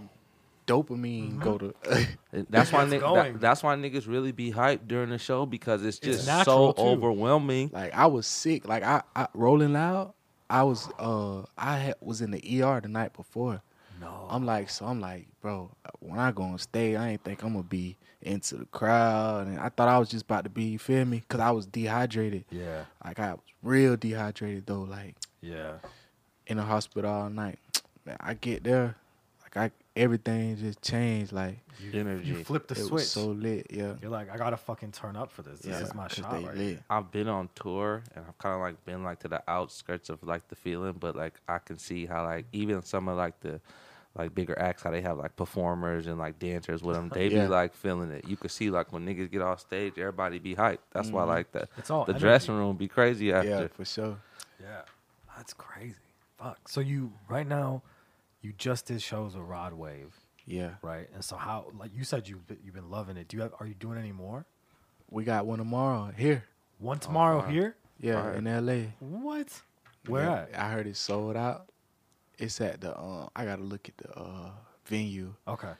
E: dopamine go to.
D: That's why
C: It's
D: ni- that-
C: going.
D: that's why niggas really be hyped during the show because it's
C: It's
D: just
C: natural,
D: so
C: too.
D: overwhelming.
E: like I was sick. Like I, I rolling loud. I was uh I had, was in the ER the night before.
C: No.
E: I'm like so I'm like bro when I go on stage I ain't think I'm gonna be into the crowd and I thought I was just about to be you feel me because I was dehydrated
C: Yeah,
E: like I was real dehydrated though like
C: yeah.
E: in the hospital all night man I get there like I everything just changed like
D: Energy.
C: You flip the
E: it
C: switch.
E: was so lit yeah
C: You're like, I gotta fucking turn up for this. This
E: yeah
C: is my
E: 'cause
C: shot.
E: they
C: right
E: lit.
C: here.
D: I've been on tour and I've kind of like been like to the outskirts of like the feeling, but like I can see how like even some of like the like bigger acts how they have like performers and like dancers with them, they
E: Yeah.
D: be like feeling it. You can see like when niggas get off stage, everybody be hyped. That's why like the
C: Mm-hmm. It's all
D: the
C: energy.
D: dressing room be crazy after.
E: yeah for sure
C: Yeah, that's crazy. Fuck. So you right now, you just did shows with Rod Wave,
E: yeah
C: right? And so how? Like you said, you you've been loving it. Do you have? Are you doing any more?
E: we got one tomorrow here
C: One tomorrow
D: fire.
C: here.
E: yeah
D: Fire.
E: in L.A.
C: What? Where
E: Yeah,
C: at?
E: I heard it sold out. It's at the um. I gotta look at the uh venue,
C: Okay.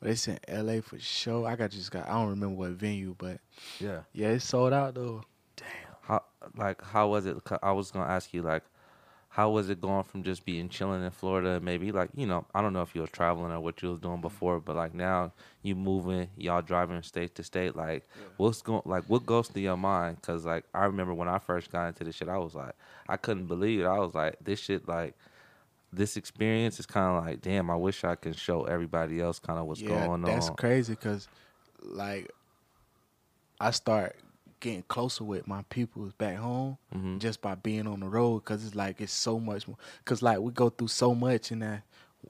E: but it's in L.A. for sure. I got just got. I don't remember what venue, but
C: Yeah.
E: yeah, it's sold out though.
C: Damn.
D: How like how was it? 'Cause I was gonna ask you like, how was it going from just being chilling in Florida? Maybe like you know I don't know if you was traveling or what you was
E: Mm-hmm.
D: doing before, but like now you moving, y'all driving state to state. Like what's going like what goes through your mind? Cause like I remember when I first got into this shit, I was like I couldn't believe it. I was like this shit like. This experience is kind of like, damn. I wish I can show everybody else kind of what's
E: yeah,
D: going
E: that's
D: on.
E: crazy because like I start getting closer with my people back home
C: Mm-hmm.
E: just by being on the road because it's like it's so much more because like we go through so much in that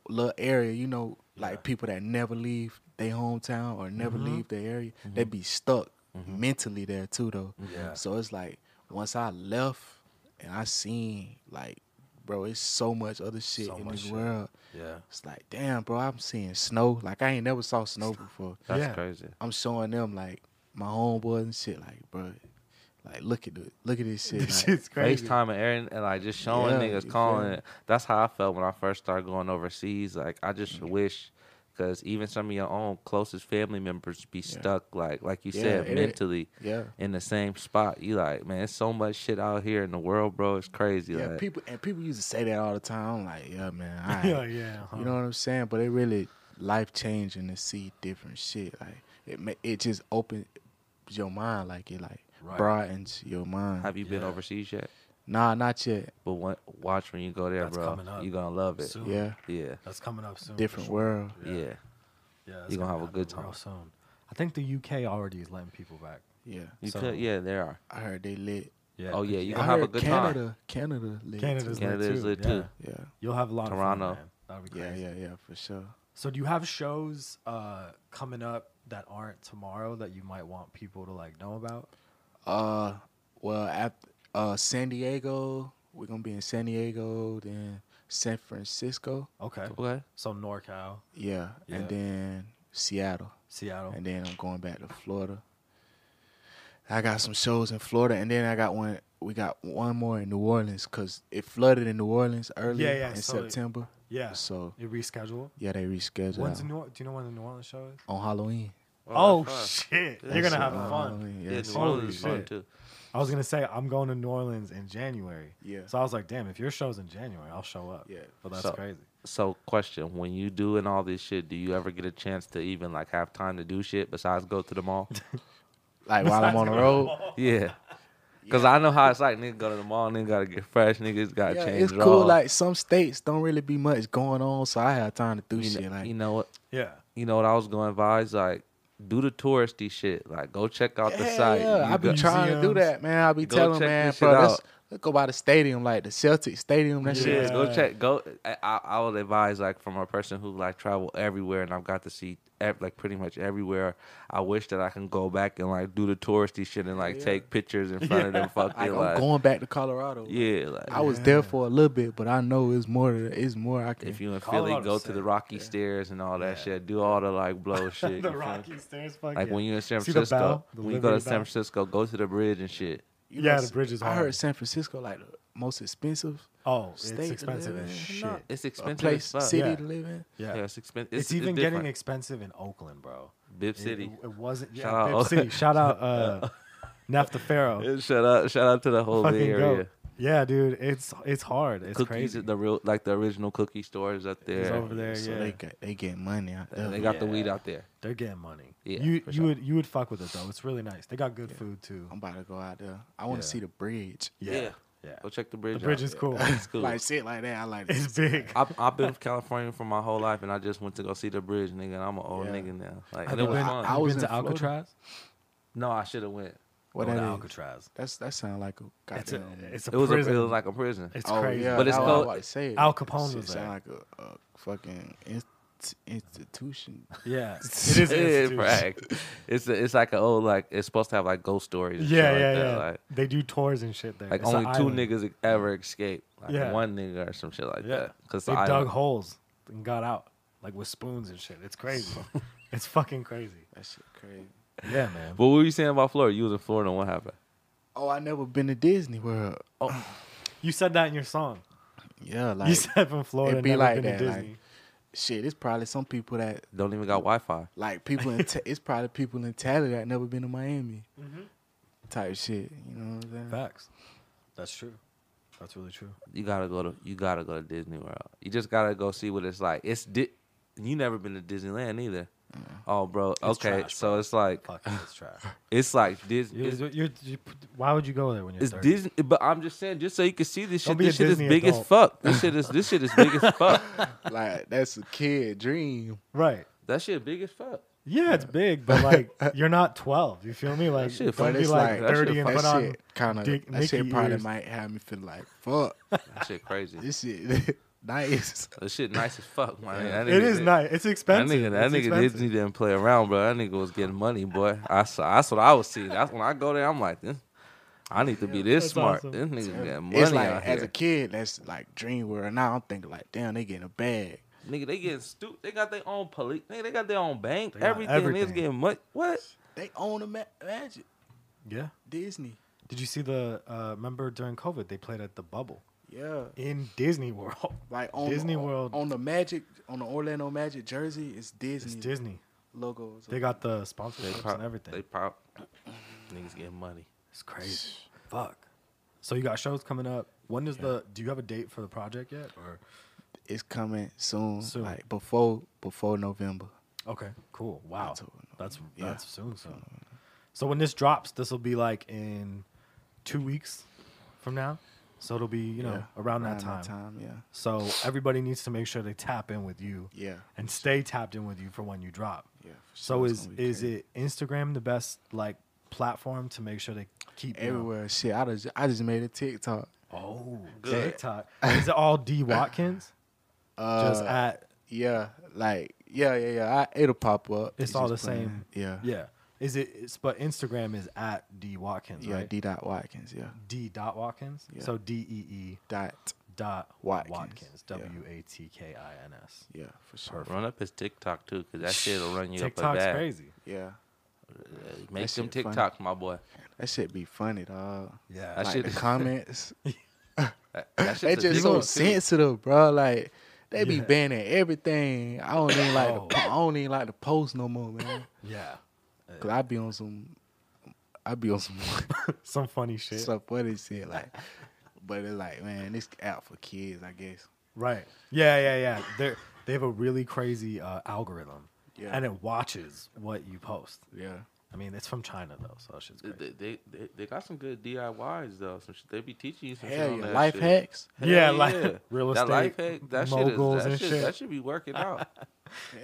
E: little area you know like people that never leave their hometown or never
C: Mm-hmm.
E: leave their area they be stuck mentally there too though
C: Yeah.
E: so it's like once I left and I seen like bro it's so much other shit
C: So
E: in
C: much
E: this
C: shit.
E: world
C: Yeah.
E: it's like damn bro I'm seeing snow like I ain't never saw snow before
D: That's
C: Yeah.
D: crazy.
E: I'm showing them like my homeboys and shit. Like, bro, like look at it, look at this shit.
C: This
E: like,
C: shit's crazy.
D: FaceTime and Aaron and like just showing
E: Yeah,
D: niggas
E: you
D: calling
E: feel
D: it. That's how I felt when I first started going overseas. Like I just wish because even some of your own closest family members be stuck like like you
E: Yeah,
D: said
E: it-
D: mentally
E: yeah.
D: in the same spot. You like, man, it's so much shit out here in the world, bro. It's crazy.
E: yeah,
D: like,
E: people and people used to say that all the time. I'm like, yeah, man, all
C: Yeah,
E: right.
C: yeah, huh.
E: You know what I'm saying? But it really life changing to see different shit. Like it, ma- it just opens your mind. Like it, like
C: Right.
E: broadens your mind.
D: have you been
C: Yeah.
D: overseas yet?
E: nah, not yet.
D: But what, watch when you go there,
C: That's
D: bro.
C: coming up
D: You're gonna love it.
C: soon.
E: Yeah,
D: Yeah,
C: That's coming up soon. for
E: different
C: Oh, sure.
E: world.
D: yeah.
C: Yeah, that's
D: You gonna have a
C: happen
D: good
C: real
D: time.
C: soon. I think the UK already is letting people back.
E: Yeah,
D: You
C: So-
D: could, yeah, there are.
E: I heard they lit.
C: Yeah.
D: Oh, yeah, you
E: I
D: gonna have a
E: heard
D: good time.
E: Canada, Canada lit. too.
C: Canada's lit
D: Canada
C: too.
D: is lit
C: yeah.
D: too.
E: yeah,
C: You'll have a lot
D: Toronto.
C: of fun, man. That'll be
E: yeah,
C: crazy.
E: yeah, yeah, for sure.
C: So do you have shows uh, coming up that aren't tomorrow that you might want people to like know about?
E: Uh, well, at uh San Diego, we're gonna be in San Diego, then San Francisco,
C: Okay.
D: Okay.
C: So NorCal,
E: yeah,
C: Yeah.
E: and then Seattle,
C: Seattle.
E: and then I'm going back to Florida. I got some shows in Florida, and then I got one. We got one more in New Orleans because it flooded in New Orleans early
C: Yeah, yeah,
E: in
C: so it-
E: September.
C: yeah.
E: So
C: You reschedule.
E: yeah, they rescheduled
C: When's the
E: out
C: New Or- do you know when the New Orleans show is?
E: on Halloween.
C: Oh,
D: that's fun.
C: shit! You're
E: That's
C: gonna have
E: it, on
C: fun.
E: Halloween,
D: Yeah,
E: Yeah,
D: New
E: so-
C: Holy
D: Orleans is fun
C: shit.
D: too.
C: I was gonna say I'm going to New Orleans in January.
E: Yeah.
C: So I was like, damn, if your show's in January, I'll show up.
E: Yeah.
C: But that's
D: So-
C: crazy.
D: So, question: When you doing all this shit, do you ever get a chance to even like have time to do shit besides go to the mall?
E: like while I'm on the road.
D: yeah, because I know how it's like. Nigga go to the mall, nigga gotta get fresh, niggas gotta
E: Yeah,
D: change.
E: it's
D: it
E: cool.
D: all.
E: Like some states don't really be much going on, so I have time to do
D: you
E: shit.
D: know,
E: like
D: you know what?
C: Yeah.
D: You know what I was going by is like, do the touristy shit. Like, go check out the
E: Hell
D: site.
E: Yeah,
D: You
E: I've been
D: go-
E: trying to do
C: Museums.
E: that, man. I'll be
D: Go
E: telling
D: check
E: man,
D: this
E: bro,
D: shit
E: let's,
D: out.
E: let's go by the stadium, like the Celtic Stadium. That shit.
D: Yeah,
E: is-
D: go
C: Yeah.
D: check. Go. I, I I would advise like from a person who like travel everywhere, and I've got to see ev- like pretty much everywhere. I wish that I can go back and like do the touristy shit and like take pictures in front of them
E: Like,
D: fucking
E: I'm
D: like,
E: going back to Colorado.
D: yeah. Like
E: I was there for a little bit, but I know it's more. It's more I can.
D: if you in Philly,
C: Colorado
D: go to
C: City,
D: the Rocky Stairs and all that
C: Yeah.
D: shit. Do all the like blow shit. you
C: the
D: feel me?
C: Rocky Stairs. Fuck
D: Like
C: yeah.
D: when you're in San
C: See the
D: Francisco,
C: bell? The
D: when you go to
C: Liberty
D: San
C: Bell?
D: Francisco, go to the bridge and shit.
E: you
C: Yeah, the bridge is
E: I
C: hard.
E: heard San Francisco like the most expensive
C: Oh, it's
E: state to
C: expensive
E: live
C: as
E: in.
C: shit.
E: Not
D: It's
E: a
D: expensive
E: place,
D: as fuck.
E: city
C: Yeah.
E: to live in.
C: Yeah.
D: Yeah, it's expensive.
C: It's, even getting
D: different.
C: expensive in Oakland, bro.
D: Bib
C: It-
D: City.
C: It, it wasn't. Yeah,
D: Shout out
C: Bib
D: Oakland.
C: City. Shout out uh, Nafta Pharaoh.
D: Yeah, shout out, shout out to the whole Bay
C: Fucking
D: Area.
C: go. Yeah, dude. It's it's hard. It's
D: cookies,
C: crazy.
D: the real like the original cookie stores up there.
C: It's over there.
E: So
C: yeah.
E: they got they get money out there.
D: And they got the weed
C: Yeah.
D: out there.
C: They're getting money.
D: Yeah,
C: you
D: for
C: you
D: sure.
C: would you would fuck with it though. It's really nice. They got good food too.
E: I'm about to go out there. I want to
C: Yeah.
E: see the bridge.
D: Yeah.
C: Yeah.
D: Go check the bridge.
C: The bridge
D: out.
C: is cool.
D: It's cool.
E: Like shit like that. I like. to
C: It's
E: see-
C: big.
D: I've, I've been in California for my whole life, and I just went to go see the bridge, nigga. And I'm an old
E: Yeah.
D: nigga now. Like,
E: Have
D: and it
E: you
D: was
E: been-
D: fun.
E: I
C: You
E: was
C: been
E: in
C: to
E: Florida.
C: Alcatraz?
D: no, I should have went.
E: What
C: Go
E: that
C: to
E: is?
C: Alcatraz.
E: That's that sound like a
C: It's a
E: goddamn.
C: it's a
D: It was a, it
C: prison.
D: was like a prison.
C: it's
E: oh,
C: crazy.
E: Yeah,
D: But it's
E: that's what I
D: called-
E: about to say.
C: Al Capone
E: Shit
C: was there.
E: Sound like a, a fucking inst- institution.
C: yeah. It is. an institution.
D: Yeah, fact. It's a, it's like an old like it's supposed to have like ghost stories. And
C: Yeah,
D: shit
C: yeah,
D: like
C: yeah.
D: That. Like,
C: they do tours and shit there.
D: like
C: It's a
D: only two
C: island.
D: niggas ever escaped. Like
C: Yeah.
D: one nigga or some shit like
C: Yeah.
D: that. Cause
C: They
D: the
C: dug
D: island-
C: holes and got out like with spoons and shit. It's crazy. it's fucking crazy.
E: That shit crazy.
C: Yeah, man.
D: But what were you saying about Florida? You was in Florida. and What happened?
E: Oh, I never been to Disney World.
C: You said that in your song.
E: Yeah, like
C: you said from Florida,
E: it be
C: never been
E: like
C: to
E: that.
C: Disney.
E: Like, shit, it's probably some people that
D: Don't even got Wi-Fi.
E: like people in. Ta- it's probably people in Tally that never been to Miami.
C: Mm-hmm.
E: Type shit. You know what I'm saying?
C: Facts. That's true. That's really true.
D: You gotta go to you gotta go to Disney World. You just gotta go see what it's like. It's di- you never been to Disneyland either.
E: Mm.
D: Oh, bro. okay,
C: trash,
D: so it's like
C: Fuck, it's trash.
D: it's like Disney.
C: You,
D: It's,
C: you you you why would you go there when you're
D: it's
C: 30?
D: Disney, but I'm just saying, just so you can see this
C: Don't
D: shit.
C: be
D: This
C: a
D: shit
C: Disney
D: is big as
C: adult.
D: fuck. This shit is this shit is big as fuck.
E: Like that's a kid dream.
C: Right.
D: That shit big as fuck.
C: Yeah, it's big, but like you're not 12. You feel me? Like
D: shit
C: don't
D: funny.
E: But
C: be
E: it's
C: like
E: like,
D: that shit
C: 30 and
D: funny.
C: put
E: that
C: on.
E: shit kind of
C: Dick
E: that shit
C: Nicky
E: probably
C: ears.
E: might have me feel like fuck
D: That shit crazy.
E: this shit nice.
D: That shit nice as fuck, man. That
C: It
D: nigga
C: is
D: did-
C: nice. It's
D: That
C: expensive.
D: nigga, that
C: It's
D: nigga
C: expensive.
D: Disney didn't play around, bro. That nigga was getting money, boy. I saw. That's what I was seeing. That's when I go there. I'm like, this, I need to be this
C: That's
D: smart.
C: awesome.
D: This nigga getting money
E: It's like
D: out
E: as a
D: here.
E: kid, that's like dream world. Now I'm thinking like, damn, they getting a bag.
D: Nigga, they getting stupid. They got their own police. Nigga, they got their own bank.
C: got
D: Everything. They's
C: everything.
D: getting money. What?
E: They own the ma- magic
C: Yeah.
E: Disney.
C: Did you see the? Uh, remember during COVID they played at the Bubble
E: Yeah,
C: in Disney World.
E: like on
C: Disney
E: on-
C: World.
E: on the magic on the Orlando Magic jersey is Disney,
C: It's Disney.
E: logos.
C: They got the
D: They
C: sponsorships
D: pop.
C: and everything.
D: They pop. Niggas getting money.
C: It's crazy. Fuck. So you got shows coming up. When is the? Do you have a date for the project yet? Or
E: it's coming soon,
C: Soon.
E: like before before November.
C: okay, cool. Wow,
E: October, November.
C: that's
E: Yeah.
C: that's soon. So, so when this drops, this will be like in two weeks from now. So it'll be you know
E: Yeah,
C: around, that, time.
E: yeah,
C: So everybody needs to make sure they tap in with you
E: yeah,
C: and stay tapped in with you for when you drop.
E: yeah. for
C: So
E: sure, it's
C: is
E: gonna be
C: is
E: crazy.
C: it Instagram the best like platform to make sure they keep you know-
E: everywhere? Shit, I just I just made a TikTok.
C: Oh,
D: Good.
C: TikTok. Is it all D Watkins?
E: Uh,
C: Just at
E: yeah, like yeah, yeah, yeah. I, it'll pop up.
C: It's all
E: just
C: the
E: playing.
C: same.
E: Yeah,
C: yeah. Is it? It's, but Instagram is at D Watkins,
E: yeah.
C: right?
E: D dot Watkins. Yeah,
C: D dot Watkins.
E: Yeah.
C: So D E E
E: dot.
C: dot
E: Watkins,
C: Watkins.
E: yeah.
C: W A T K I N S.
E: Yeah, for sure.
D: Run up his TikTok too, cause that shit'll run you up a
C: TikTok's
D: bag.
C: crazy.
E: Yeah,
D: Uh, Make
E: That
D: some
E: shit funny.
D: TikToks, my boy.
E: that shit be funny, dog.
C: Yeah.
D: That
E: like
D: shit
E: the
D: is-
E: comments.
D: That, that
E: They
D: shit's
E: just so
D: addictive, too.
E: sensitive, bro. Like they be
C: Yeah.
E: banning everything. I don't even like.
C: Oh.
E: To, po- I don't even like to post no more, man.
C: yeah.
E: Cause I be on some. I be on some
C: Some funny shit.
E: some funny shit, like. But it's like, man, this out for kids, I guess.
C: Right. Yeah, yeah, yeah. They they have a really crazy uh, algorithm,
E: Yeah.
C: and it watches what you post.
E: Yeah.
C: I mean, it's from China though, so that shit's
D: They,
C: crazy.
D: they, they, they- they got some good DIYs though. Some shit, they be teaching you some shit
E: Hell
D: on
E: yeah,
D: that
E: life
D: shit.
E: hacks.
D: Hell
C: Yeah, like, real
D: that life
C: estate
D: hack, that
C: moguls
D: shit
C: and
D: is, that shit,
C: shit.
D: That should be working out.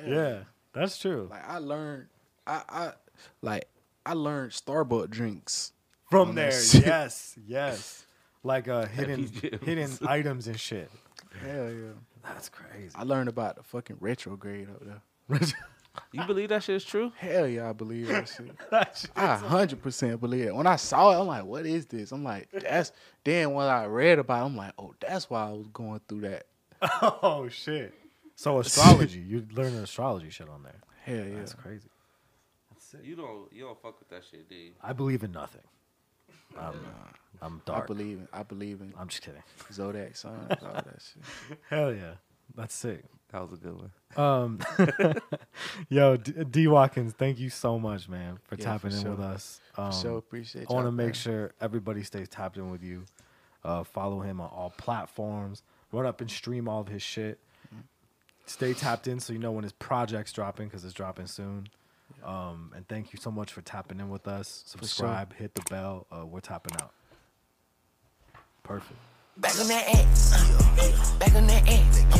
C: yeah, that's true.
E: Like I learned, I, I like I learned Starbucks drinks.
C: From
E: on
C: there,
E: that shit.
C: yes, yes. Like uh, hidden
D: gems.
C: hidden items and shit.
E: Hell yeah.
C: That's crazy.
E: I learned about the fucking retrograde up there.
D: You believe that shit is true?
E: Hell yeah, I believe that shit.
C: That shit-
E: I hundred percent believe it. When I saw it, I'm like, "What is this?" I'm like, "That's." Then when I read about, it, I'm like, "Oh, that's why I was going through that."
C: oh shit. So astrology, you learn astrology shit on there.
E: Hell yeah,
C: That's crazy.
D: You don't you don't fuck with that shit, dude.
C: I believe in nothing. I'm, I'm dark.
E: I believe in. I believe in
C: I'm just kidding.
E: zodiac signs, all that shit.
C: Hell yeah, that's sick.
D: That was a good one.
C: Um, yo, D-, D Watkins, thank you so much, man, for
E: Yeah,
C: tapping
E: for
C: in
E: sure.
C: with us. Um,
E: so appreciate.
C: I want to
E: y'all,
C: make
E: man.
C: sure everybody stays tapped in with you. Uh, follow him on all platforms. Run up and stream all of his shit. Stay tapped in so you know when his project's dropping because it's dropping soon. Um, and thank you so much for tapping in with us.
E: sure.
C: Subscribe, hit the bell. Uh, we're tapping out. Perfect.
B: Back on that ass. Back on that ass.